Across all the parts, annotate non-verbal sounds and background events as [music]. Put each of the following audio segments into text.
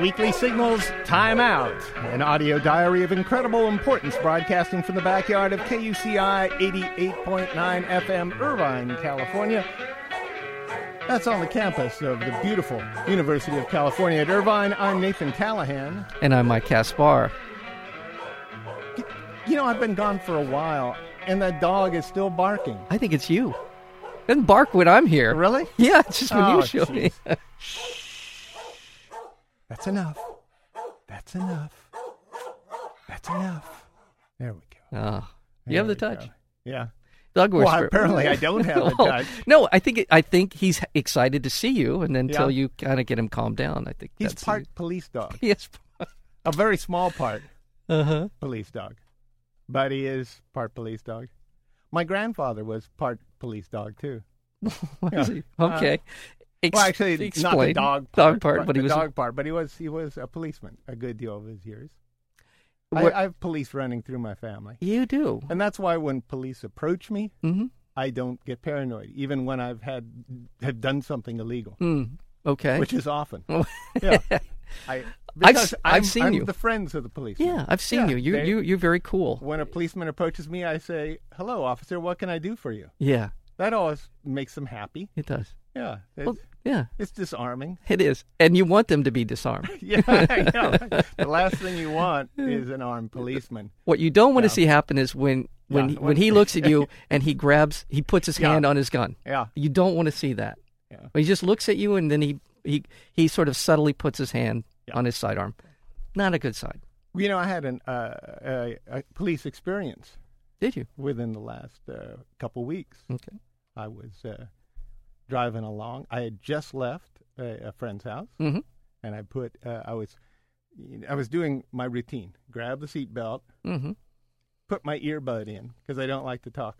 Weekly Signals Timeout, an audio diary of incredible importance broadcasting from the backyard of KUCI 88.9 FM, Irvine, California. That's on the campus of the beautiful University of California at Irvine. I'm Nathan Callahan. And I'm Mike Caspar. You know, I've been gone for a while, and that dog is still barking. I think it's you. It doesn't bark when I'm here. Really? Yeah, [laughs] it's just when Oh, you show me. That's enough. That's enough. That's enough. There we go. Oh, you have the There we touch. go. Yeah. Dog Well, whisperer. apparently I don't have [laughs] the No. touch. Oh, No, I think I think he's excited to see you, and until Yeah. you kind of get him calmed down, I think He's that's part police dog, [laughs] Yes. a very small part Uh [laughs] huh. police dog, but he is part police dog. My grandfather was part police dog too. Okay. okay. Ex- Uh, Well, actually, explain. not the dog part, Dog part, but, he the was. dog part. But he was he was a policeman a good deal of his years. I, What- I have police running through my family, You do. and that's why when police approach me, Mm-hmm. I don't get paranoid, even when I've had have done something illegal, Mm. Okay. [laughs] which is often. Yeah. yeah. I I've because s- I've I'm- seen I'm you. the friends of the police. I've seen Yeah, you. You they- you you're very cool. When a policeman approaches me, I say, "Hello, officer. What can I do for you?" Yeah, That always makes them happy. it does. Yeah, it's, Well, yeah, it's disarming. [laughs] it is. And you want them to be disarmed. [laughs] Yeah, I know. the last thing you want is an armed policeman. What you don't want Yeah. to see happen is when when Yeah, when when- he looks at [laughs] you and he grabs, he puts his Yeah. hand on his gun. Yeah, You don't want to see that. Yeah. He just looks at you and then he he he sort of subtly puts his hand Yeah. on his sidearm. Not a good sign. you know, I had an uh, a, a police experience Did you? within the last uh, couple weeks. Okay. I was uh, driving along. I had just left a, a friend's house, Mhm. and I put uh, I was I was doing my routine: grab the seatbelt, Mm-hmm. put my earbud in because I don't like to talk.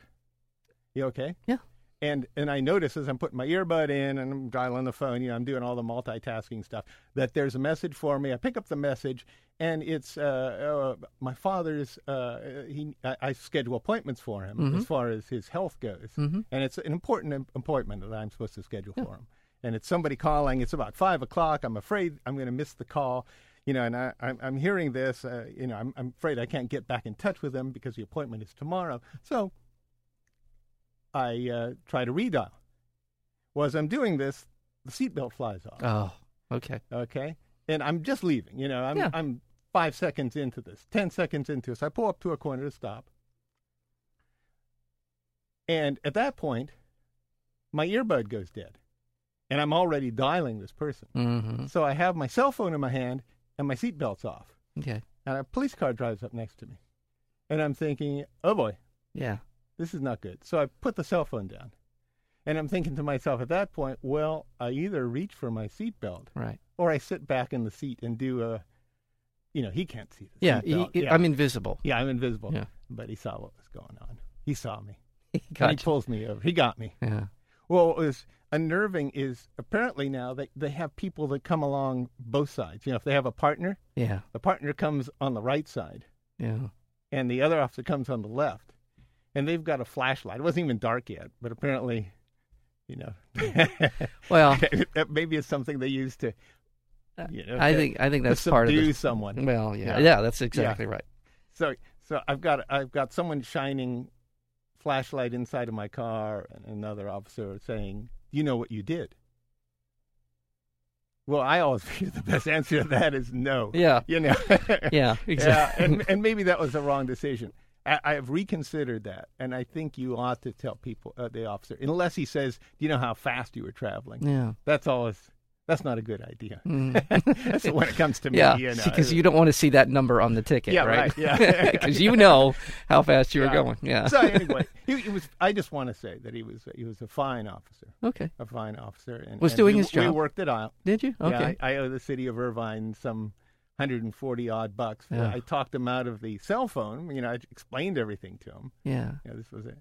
You okay? Yeah. And and I notice as I'm putting my earbud in and I'm dialing the phone, you know, I'm doing all the multitasking stuff. That there's a message for me. I pick up the message, and it's uh, uh, my father's. Uh, he I, I schedule appointments for him as far as his health goes, and it's an important im- appointment that I'm supposed to schedule for him. And it's somebody calling. It's about five o'clock. I'm afraid I'm going to miss the call you know, and I, I'm, I'm hearing this, uh, you know, I'm, I'm afraid I can't get back in touch with them because the appointment is tomorrow. So I uh, try to redial. Well, as I'm doing this, the seatbelt flies off. Oh, okay. Okay. And I'm just leaving, you know, I'm, Yeah. I'm five seconds into this, 10 seconds into this. I pull up to a corner to stop. And at that point, my earbud goes dead. And I'm already dialing this person. Mm-hmm. So I have my cell phone in my hand and my seatbelt's off. Okay. And a police car drives up next to me. And I'm thinking, oh boy, Yeah. this is not good. So I put the cell phone down. And I'm thinking to myself at that point, well, I either reach for my seatbelt Right. or I sit back in the seat and do a, you know, he can't see the Yeah, seatbelt. he- he- I'm invisible. [laughs] yeah, I'm invisible. Yeah. But he saw what was going on. He saw me. And he Gotcha. pulls me over. He got me. Yeah. Well, what was unnerving is apparently now they, they have people that come along both sides. You know, if they have a partner, Yeah. the partner comes on the right side Yeah. and the other officer comes on the left, and they've got a flashlight. It wasn't even dark yet, but apparently, you [laughs] know, [laughs] Well, that maybe it's something they use to, you know, I to- think I think to that's part of Mm-hmm. subdue the someone. Well, Yeah. yeah, yeah, that's exactly right. So, so I've got I've got someone shining flashlight inside of my car, and another officer saying, "You know what you did." Well, I always [laughs] feel the best answer to that is no. Yeah. You know. [laughs] Yeah, exactly. [laughs] and, and maybe that was the wrong decision. I, I have reconsidered that, and I think you ought to tell people uh, the officer, unless he says, "Do you know how fast you were traveling?" Yeah. That's always that's not a good idea. [laughs] Mm. that's when it comes to me. yeah, you know, because you don't want to see that number on the ticket, Yeah, right? right, [laughs] yeah. because you know how fast you were Yeah. going. Yeah. [laughs] so anyway, he, he was. I just want to say that he was. He was a fine officer, [laughs] okay. a fine officer, and Was and doing we, his We job. worked it out. Did you? Yeah, Okay. I, I owe the city of Irvine some hundred and forty odd bucks. for- Yeah. I talked him out of the cell phone. You know, I explained everything to him. yeah. Yeah, this was it.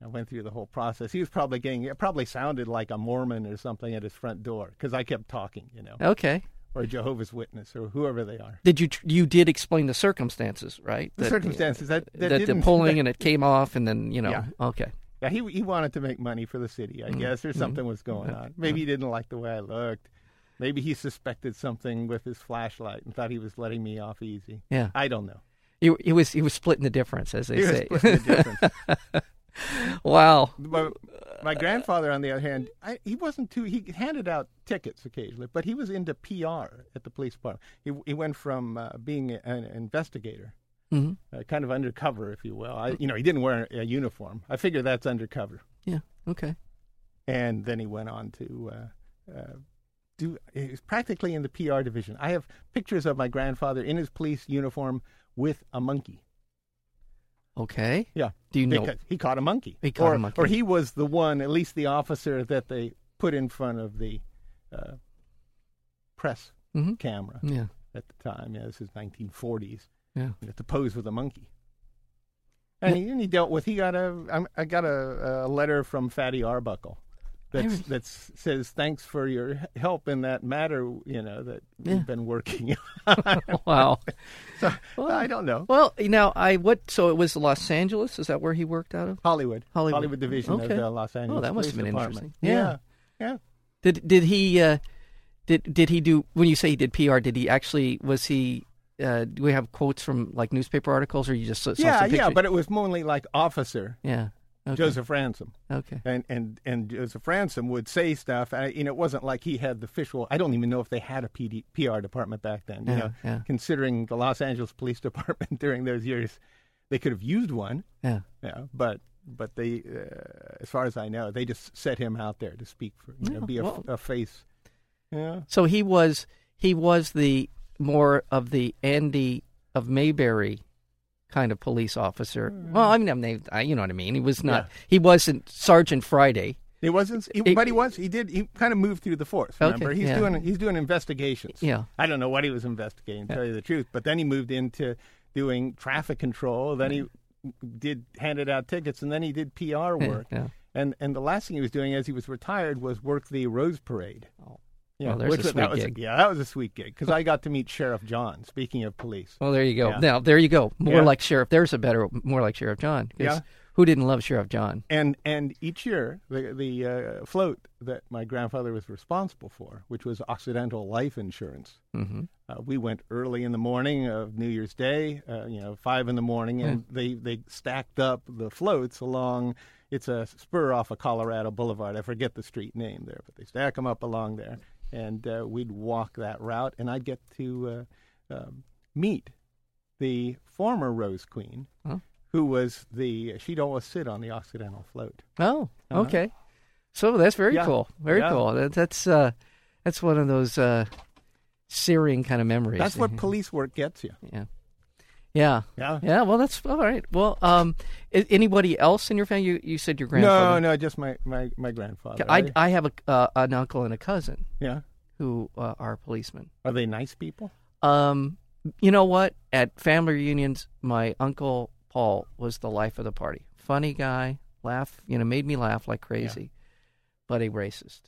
I went through the whole process. He was probably getting. It probably sounded like a Mormon or something at his front door because I kept talking. You know, Okay. or a Jehovah's Witness or whoever they are. Did you? tr- You did explain the circumstances, right? The circumstances that that, That, didn't, the [laughs] polling and it came off, and then you know. Yeah. Okay. Yeah, he he wanted to make money for the city, I guess, or something was going on. Maybe he didn't like the way I looked. Maybe he suspected something with his flashlight and thought he was letting me off easy. Yeah. I don't know. He, he was he was splitting the difference, as they He was say. splitting the difference. [laughs] wow. my, my grandfather, on the other hand, I, he wasn't too. He handed out tickets occasionally, but he was into PR at the police department. He, he went from uh, being an investigator, hmm uh, kind of undercover, if you will. I, you know, he didn't wear a uniform. I figure that's undercover. Yeah. Okay. And then he went on to uh, uh, do. He was practically in the PR division. I have pictures of my grandfather in his police uniform with a monkey. Okay. Yeah. Do you know? Because he caught a monkey. He caught or, a monkey. Or he was the one, at least the officer that they put in front of the uh, press hmm camera Yeah. at the time. Yeah, this is 1940s. [laughs] Yeah. You have to pose with a monkey. And he, and he dealt with. He got a. I'm- I got a, a letter from Fatty Arbuckle. That's, re- that says thanks for your he- help in that matter. You know that Yeah. we've been working. wow. [laughs] so, Well- I don't know Well, you know, I what? So it was Los Angeles. Is that where he worked out of? Hollywood. Hollywood. division Okay. Oh, of the Los Angeles. that must have Police been Department. interesting. Yeah. yeah. yeah. Did did he? Uh, did did he do? When you say he did PR, did he actually? Was he? Uh, do we have quotes from like newspaper articles, or you just saw saw yeah, some yeah, picture- but it was mainly like officer yeah. Okay. Joseph Ransom, Okay. and and and Joseph Ransom would say stuff, and you know, it wasn't like he had the official. I don't even know if they had a PD, PR department back then. You Yeah, know, yeah. considering the Los Angeles Police [laughs] Department during those years, they could have used one. Yeah. Yeah, but but they, uh, as far as I know, they just set him out there to speak for, you know, Yeah, be a, well- a face. Yeah, So he was he was the more of the Andy of Mayberry kind of police officer. Well, I mean, I mean, I, you know what I mean. He was not. Hmm. Yeah. He wasn't Sergeant Friday. he wasn't, he, It- but he was. He did. He kind of moved through the force. Okay, Remember, he's yeah. doing he's doing investigations. Yeah. I don't know what he was investigating, to tell you the truth. But then he moved into doing traffic control. Then he did handed out tickets, and then he did PR Yeah, work. yeah. And and the last thing he was doing as he was retired was work the Rose Parade. Oh. Yeah, Well, there's which a was- that sweet was- gig. yeah, that was a sweet gig because I got to meet Sheriff John. Speaking of police, Well, there you go. Yeah. Now there you go. More Yeah. like Sheriff. There's a better. More like Sheriff John. 'cause Yeah. Who didn't love Sheriff John? and and each year the the uh, float that my grandfather was responsible for, which was Occidental Life Insurance, Mm-hmm. Uh, we went early in the morning of New Year's Day, uh, you know, five in the morning, and they, they stacked up the floats along. It's a spur off of Colorado Boulevard. I forget the street name there, but they stack them up along there, and uh, we'd walk that route, and I'd get to uh, um meet the former Rose Queen, Huh. who was the she'd always sit on the Occidental float. Oh, Uh-huh. okay. So that's very Yeah. cool. Very Yeah. cool. That, that's uh, that's one of those uh, searing kind of memories. That's what police work gets you. [laughs] Yeah. Yeah. Yeah. Yeah, well, that's all right. Well, um, i anybody else in your family? You, you said your No, grandfather. no, just my my, my grandfather. I, I have a, uh, an uncle and a cousin yeah. who uh, are policemen. Are they nice people? Um, you know what? At family reunions, my uncle Paul was the life of the party. Funny guy, laugh, you know, made me laugh like crazy, but a racist.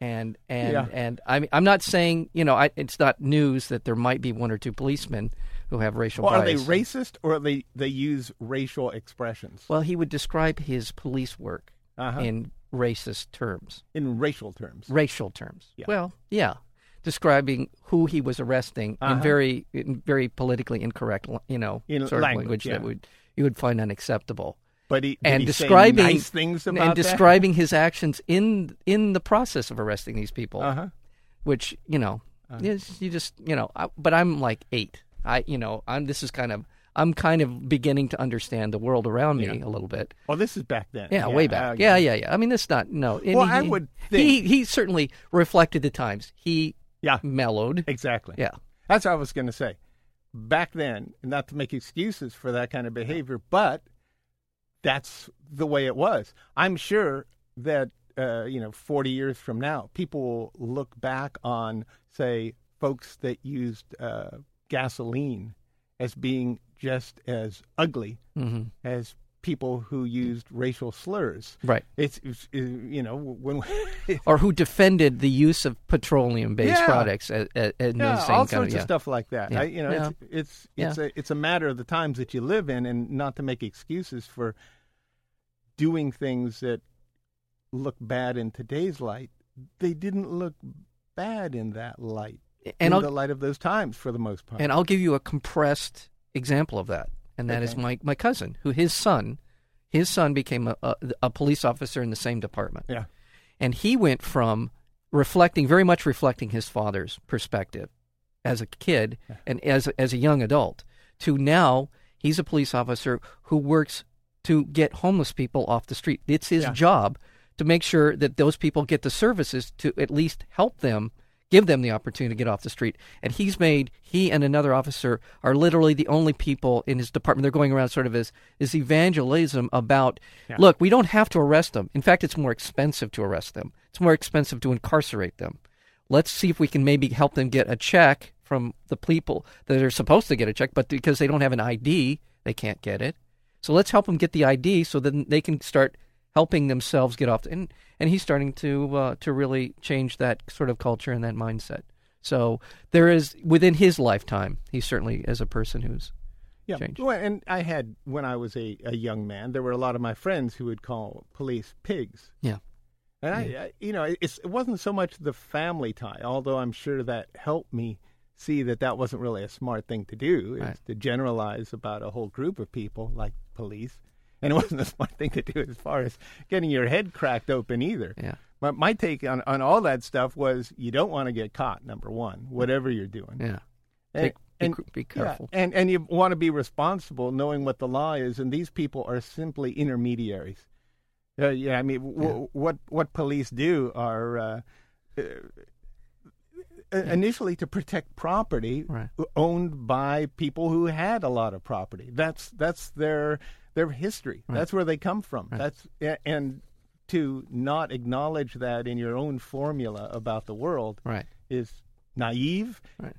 And and Yeah. and I'm I'm not saying you know I, it's not news that there might be one or two policemen who have racial Well, are they bias. racist or are they they use racial expressions Well, he would describe his police work Uh-huh. in racist terms, in racial terms? racial terms. Yeah. Well, yeah, describing who he was arresting in Uh-huh. very, in very politically incorrect, la- you know, In sort language, of language yeah. that would you would find unacceptable, But he, did and he say describing nice things about and describing his actions in in the process of arresting these people, that? Uh-huh. which you know, Uh. is you just you know, I, but I'm like eight. I you know, I'm this is kind of. I'm kind of beginning to understand the world around me a little bit. Well, Oh, this is back then. Yeah, way back. uh, yeah, yeah, yeah. I mean, it's not no. And Well, he, I would he he certainly reflected the times. He Yeah, mellowed. exactly. Yeah, That's what I was going to say. Back then, not to make excuses for that kind of behavior, but that's the way it was. I'm sure that uh, you know, 40 years from now, people will look back on, say, folks that used uh, gasoline as being just as ugly hmm as people who used racial slurs. right. It's, it's you know when Or who defended the use of petroleum-based Yeah. products? At, at, at yeah, those same all kind sorts of yeah. stuff like that. Yeah. I, you know, Yeah. it's it's it's a it's a matter of the times that you live in, and not to make excuses for doing things that look bad in today's light. They didn't look bad in that light, And in I'll the light of those times, for the most part. and I'll give you a compressed example of that, and that is Okay. my my cousin, who his son, his son became a, a, a police officer in the same department, yeah, and he went from reflecting very much reflecting his father's perspective as a kid and as as a young adult to now he's a police officer who works to get homeless people off the street. It's his Yeah. job to make sure that those people get the services to at least help them give them the opportunity to get off the street. And he's made he and another officer are literally the only people in his department. They're going around sort of as is evangelism about Yeah. look, we don't have to arrest them. In fact, it's more expensive to arrest them. It's more expensive to incarcerate them. Let's see if we can maybe help them get a check from the people that are supposed to get a check, but because they don't have an ID, they can't get it. So let's help them get the ID so then they can start helping themselves get off. And and he's starting to uh, to really change that sort of culture and that mindset. So there is within his lifetime, he certainly is a person who's yeah. changed. Well, and I had when I was a, a young man, there were a lot of my friends who would call police pigs. yeah And I, I you know, it's, it wasn't so much the family tie, although I'm sure that helped me see that that wasn't really a smart thing to do, is Right. to generalize about a whole group of people like police. And it [laughs] wasn't a smart thing to do as far as getting your head cracked open either. yeah My, my take on, on all that stuff was you don't want to get caught, number one, whatever you're doing. yeah. And- be, and- be, be yeah, careful. and, and you want to be responsible knowing what the law is, and these people are simply intermediaries. Uh, yeah, I mean, w- what what police do are uh, uh, initially to protect property Right. owned by people who had a lot of property. That's that's their their history. That's where they come from. That's a- and to not acknowledge that in your own formula about the world Right. is naive. Right.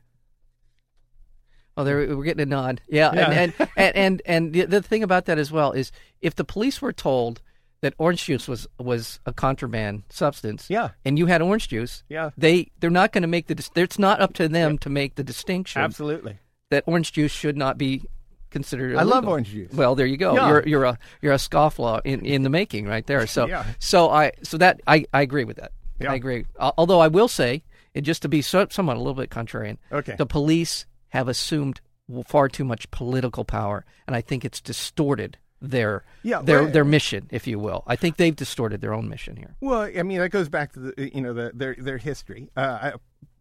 Oh, there we- we're getting a nod. Yeah, And, Yeah. and, [laughs] and and and the- the thing about that as well is if the police were told that orange juice was was a contraband substance, Yeah. and you had orange juice, Yeah. they they're not going to make the dis- it's not up to them to make the distinction Absolutely. that orange juice should not be considered. I love illegal. orange juice. Well, there you go. Yeah. You're you're a you're a scofflaw in, in the making, right there. So Yeah. so I so that I, I agree with that. Yeah. I agree. Al- Although I will say, and just to be so, somewhat a little bit contrarian, Okay. the police have assumed w- far too much political power, and I think it's distorted their Yeah, their well- their mission, if you will. I think they've distorted their own mission here. Well, I mean, that goes back to the you know the, their their history. Uh, I,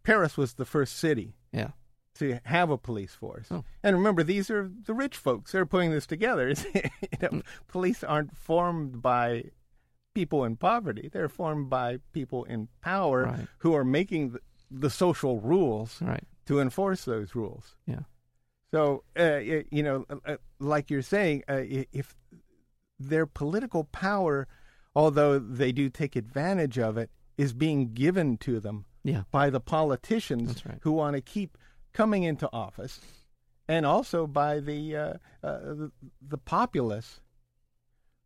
Paris was the first city Yeah. to have a police force, Oh. and remember, these are the rich folks that are putting this together. [laughs] It's- you know, police aren't formed by people in poverty; they're formed by people in power Right. who are making the, the social rules Right. to enforce those rules. Yeah. So, uh, y- you know, uh, uh, like you're saying, uh, i- if their political power, although they do take advantage of it, is being given to them Yeah. by the politicians That's right. who want to keep coming into office, and also by the uh, uh, the, the populace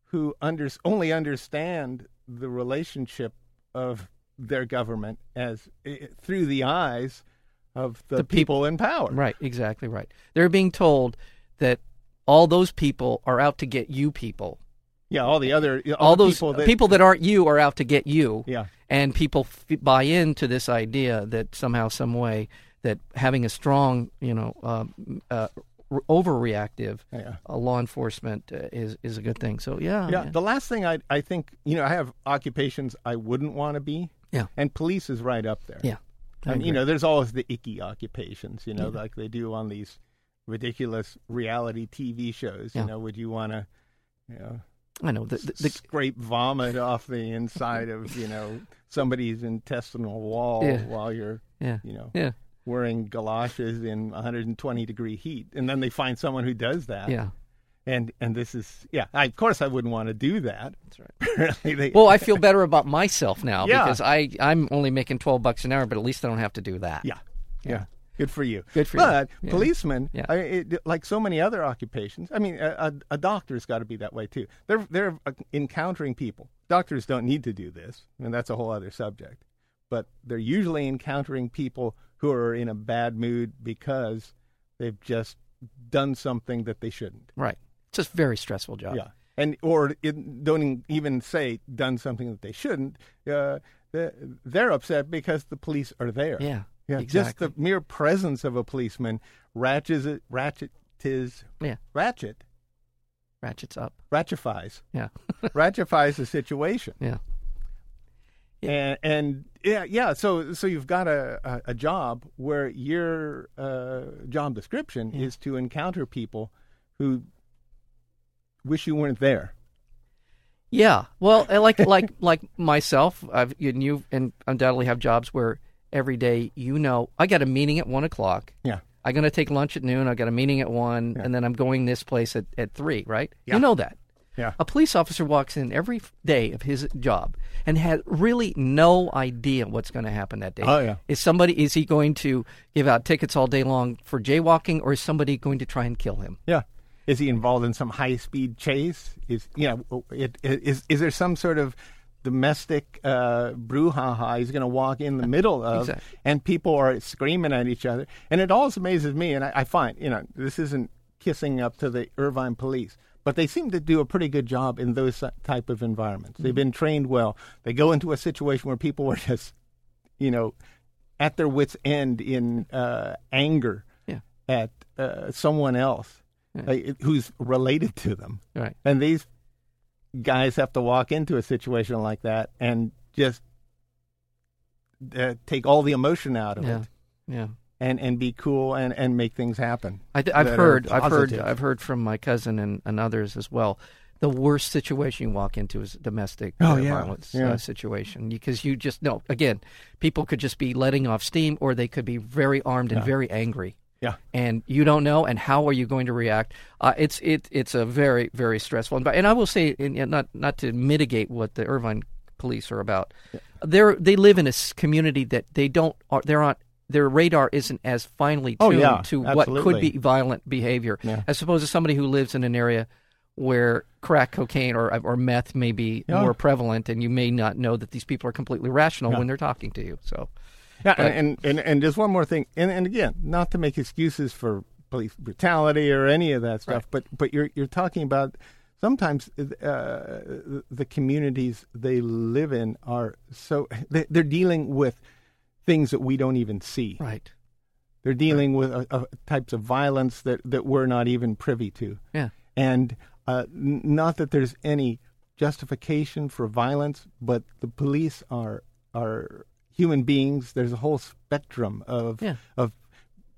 who under, only understand the relationship of their government as i- through the eyes of the, The peop- people in power. Right, exactly right. They're being told that all those people are out to get you people. Yeah, all the other all, All, the those people that aren't you are out to get you. Yeah. And people f- buy into this idea that somehow, some way, that having a strong, you know, um, uh, r- overreactive Yeah. uh, law enforcement uh, is is a good thing. So yeah, Yeah, the last thing I I think you know I have occupations I wouldn't want to be. Yeah. and police is right up there. yeah. I and you agree. know there's always the icky occupations. You know, like they do on these ridiculous reality TV shows. Yeah. You know, would you want to? You know, I know the, the, the scrape vomit off the inside of you know somebody's intestinal wall Yeah. while you're yeah you know yeah wearing galoshes in 120 degree heat, and then they find someone who does that. yeah. and and this is yeah I, of course i wouldn't want to do that That's right. [laughs] Apparently they- [laughs] Well, I feel better about myself now Yeah. because I I'm only making twelve bucks an hour, but at least I don't have to do that. yeah yeah good for you Good for you. but Yeah. policemen Yeah. I, it, like so many other occupations i mean a, a, a doctor's got to be that way too they're they're uh, encountering people doctors don't need to do this and that's a whole other subject but they're usually encountering people who are in a bad mood because they've just done something that they shouldn't Right. It's just very stressful job. e, Yeah, and or it, don't even say done something that they shouldn't. Uh, the- they're upset because the police are there. Yeah. Yeah, just Exactly. the mere presence of a policeman ratchets it, ratchet is yeah. ratchet Ratchets up. ratchifies Yeah. [laughs] ratchifies the situation. yeah. and and yeah yeah so so you've got a a, a job where your uh, job description Yeah. is to encounter people who wish you weren't there Yeah. Well, and like like [laughs] like myself, I've you and you and undoubtedly have jobs where every day you know I got a meeting at one o'clock. yeah I'm going to take lunch at noon. I got a meeting at one, Yeah. and then I'm going this place at at three. Right? Yeah. You know that. yeah A police officer walks in every f- day of his job and has really no idea what's going to happen that day. Oh, yeah. Is somebody is he going to give out tickets all day long for jaywalking, or is somebody going to try and kill him? yeah is he involved in some high speed chase is you know it, it, is is there some sort of domestic uh, brouhaha he's going to walk in the middle of Exactly. and people are screaming at each other and it always amazes me and I, I find you know this isn't kissing up to the irvine police but they seem to do a pretty good job in those si- type of environments Mm-hmm. they've been trained well they go into a situation where people are [laughs] just you know at their wits end in uh, anger Yeah. at uh, someone else uh, who's related to them Right. and these guys have to walk into a situation like that and just uh, take all the emotion out of Yeah. it Yeah. and, and be cool and, and make things happen. I th- I've that are heard, I've heard, positive. I've heard from my cousin and, and others as well. The worst situation you walk into is domestic Oh, uh, yeah, violence yeah. Uh, situation because you just know. Again, people could just be letting off steam, or they could be very armed and very angry, Yeah. and you don't know. And how are you going to react? Uh, it's it it's a very very stressful. envi- And I will say, and, and not not to mitigate what the Irvine police are about. They're they live in a s- community that they don't are they aren't their radar isn't as finely Oh, tuned yeah, to what could absolutely. be violent behavior as opposed to somebody who lives in an area where crack cocaine or or meth may be Yeah. more prevalent and you may not know that these people are completely rational when they're talking to you so Yeah, and, and, and, and just one more thing, and, and again, not to make excuses for police brutality or any of that stuff, but but you're you're talking about sometimes uh, the communities they live in are so they- they're dealing with things that we don't even see. right They're dealing with uh, uh, types of violence that that we're not even privy to. yeah And uh, n- not that there's any justification for violence, but the police are are human beings. There's a whole spectrum of Yeah. of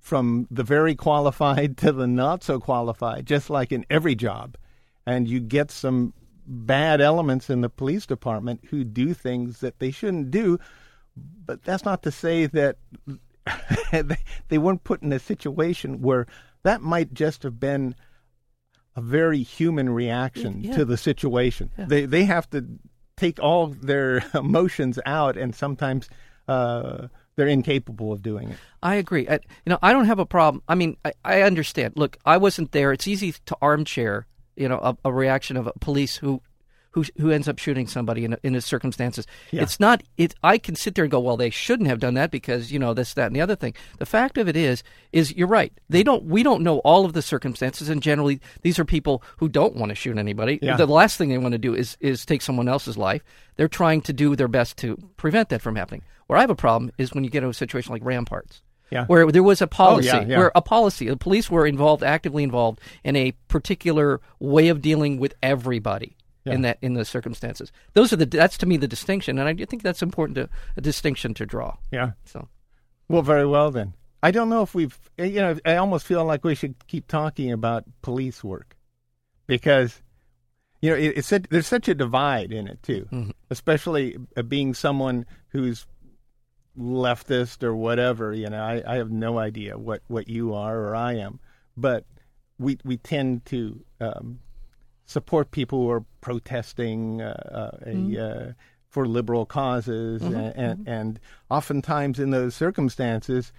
from the very qualified to the not so qualified, just like in every job. And you get some bad elements in the police department who do things that they shouldn't do. But that's not to say that [laughs] they- they weren't put in a situation where that might just have been a very human reaction Yeah. to the situation. They they have to take all their [laughs] emotions out, and sometimes uh, they're incapable of doing it. I agree. I, you know, I don't have a problem. I mean, I, I understand. Look, I wasn't there. It's easy to armchair, you know, a, a reaction of a police who, who, who ends up shooting somebody in in his circumstances. It's not. It. I can sit there and go, well, they shouldn't have done that because you know this, that, and the other thing. The fact of it is, is you're right. They don't. We don't know all of the circumstances, and generally, these are people who don't want to shoot anybody. Yeah. The last thing they want to do is is take someone else's life. They're trying to do their best to prevent that from happening. Where I have a problem is when you get into a situation like ramparts Yeah. Oh, where there was a policy, yeah, yeah. where a policy, the police were involved, actively involved in a particular way of dealing with everybody in that in those circumstances. Those are the that's to me the distinction, and I do think that's important to a distinction to draw. Yeah. So Well, very well then. I don't know if we've. eh, You know, I almost feel like we should keep talking about police work because, you know, it, it's such- there's such a divide in it too, especially uh, being someone who's leftist or whatever. You know, I, I have no idea what what you are or I am, but we we tend to um, support people who are protesting uh, uh, a, uh, for liberal causes, and, and, and oftentimes in those circumstances,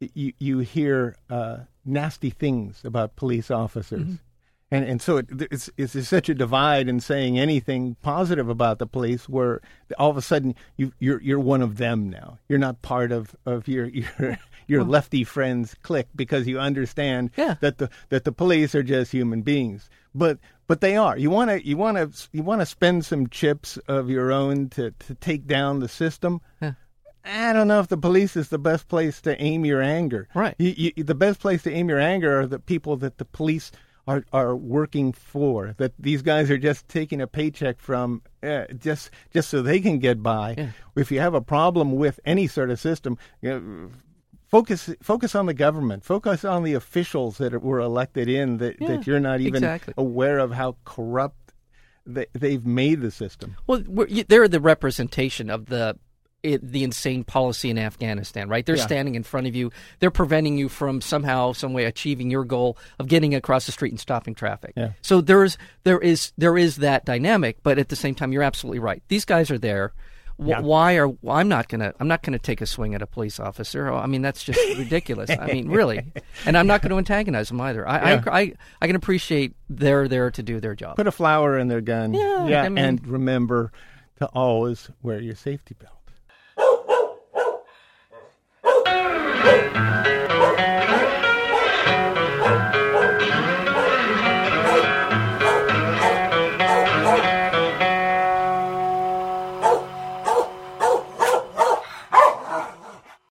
y- you you hear uh, nasty things about police officers, and and so it, it's it's such a divide in saying anything positive about the place where all of a sudden you you're you're one of them now. You're not part of of your [laughs] your your lefty friends clique because you understand Yeah. that the that the police are just human beings. But but they are. You want to you want to you want to spend some chips of your own to to take down the system. I don't know if the police is the best place to aim your anger. Right. You, you, the best place to aim your anger are the people that the police are are working for. That these guys are just taking a paycheck from, uh, just just so they can get by. If you have a problem with any sort of system, you know, focus focus on the government. Focus on the officials that were elected in. That that you're not even exactly. aware of how corrupt they, they've made the system. Well, we're, you- they're the representation of the it, the insane policy in Afghanistan, right? They're standing in front of you. They're preventing you from somehow, some way, achieving your goal of getting across the street and stopping traffic. Yeah. So there is there is there is that dynamic, but at the same time, you're absolutely right. These guys are there. Wh- Why are I'm not gonna I'm not gonna take a swing at a police officer. Oh, I mean that's just ridiculous. I mean really, and I'm not going to antagonize them either. I, I, I I can appreciate they're there to do their job. Put a flower in their gun. Yeah, I mean- and remember to always wear your safety belt.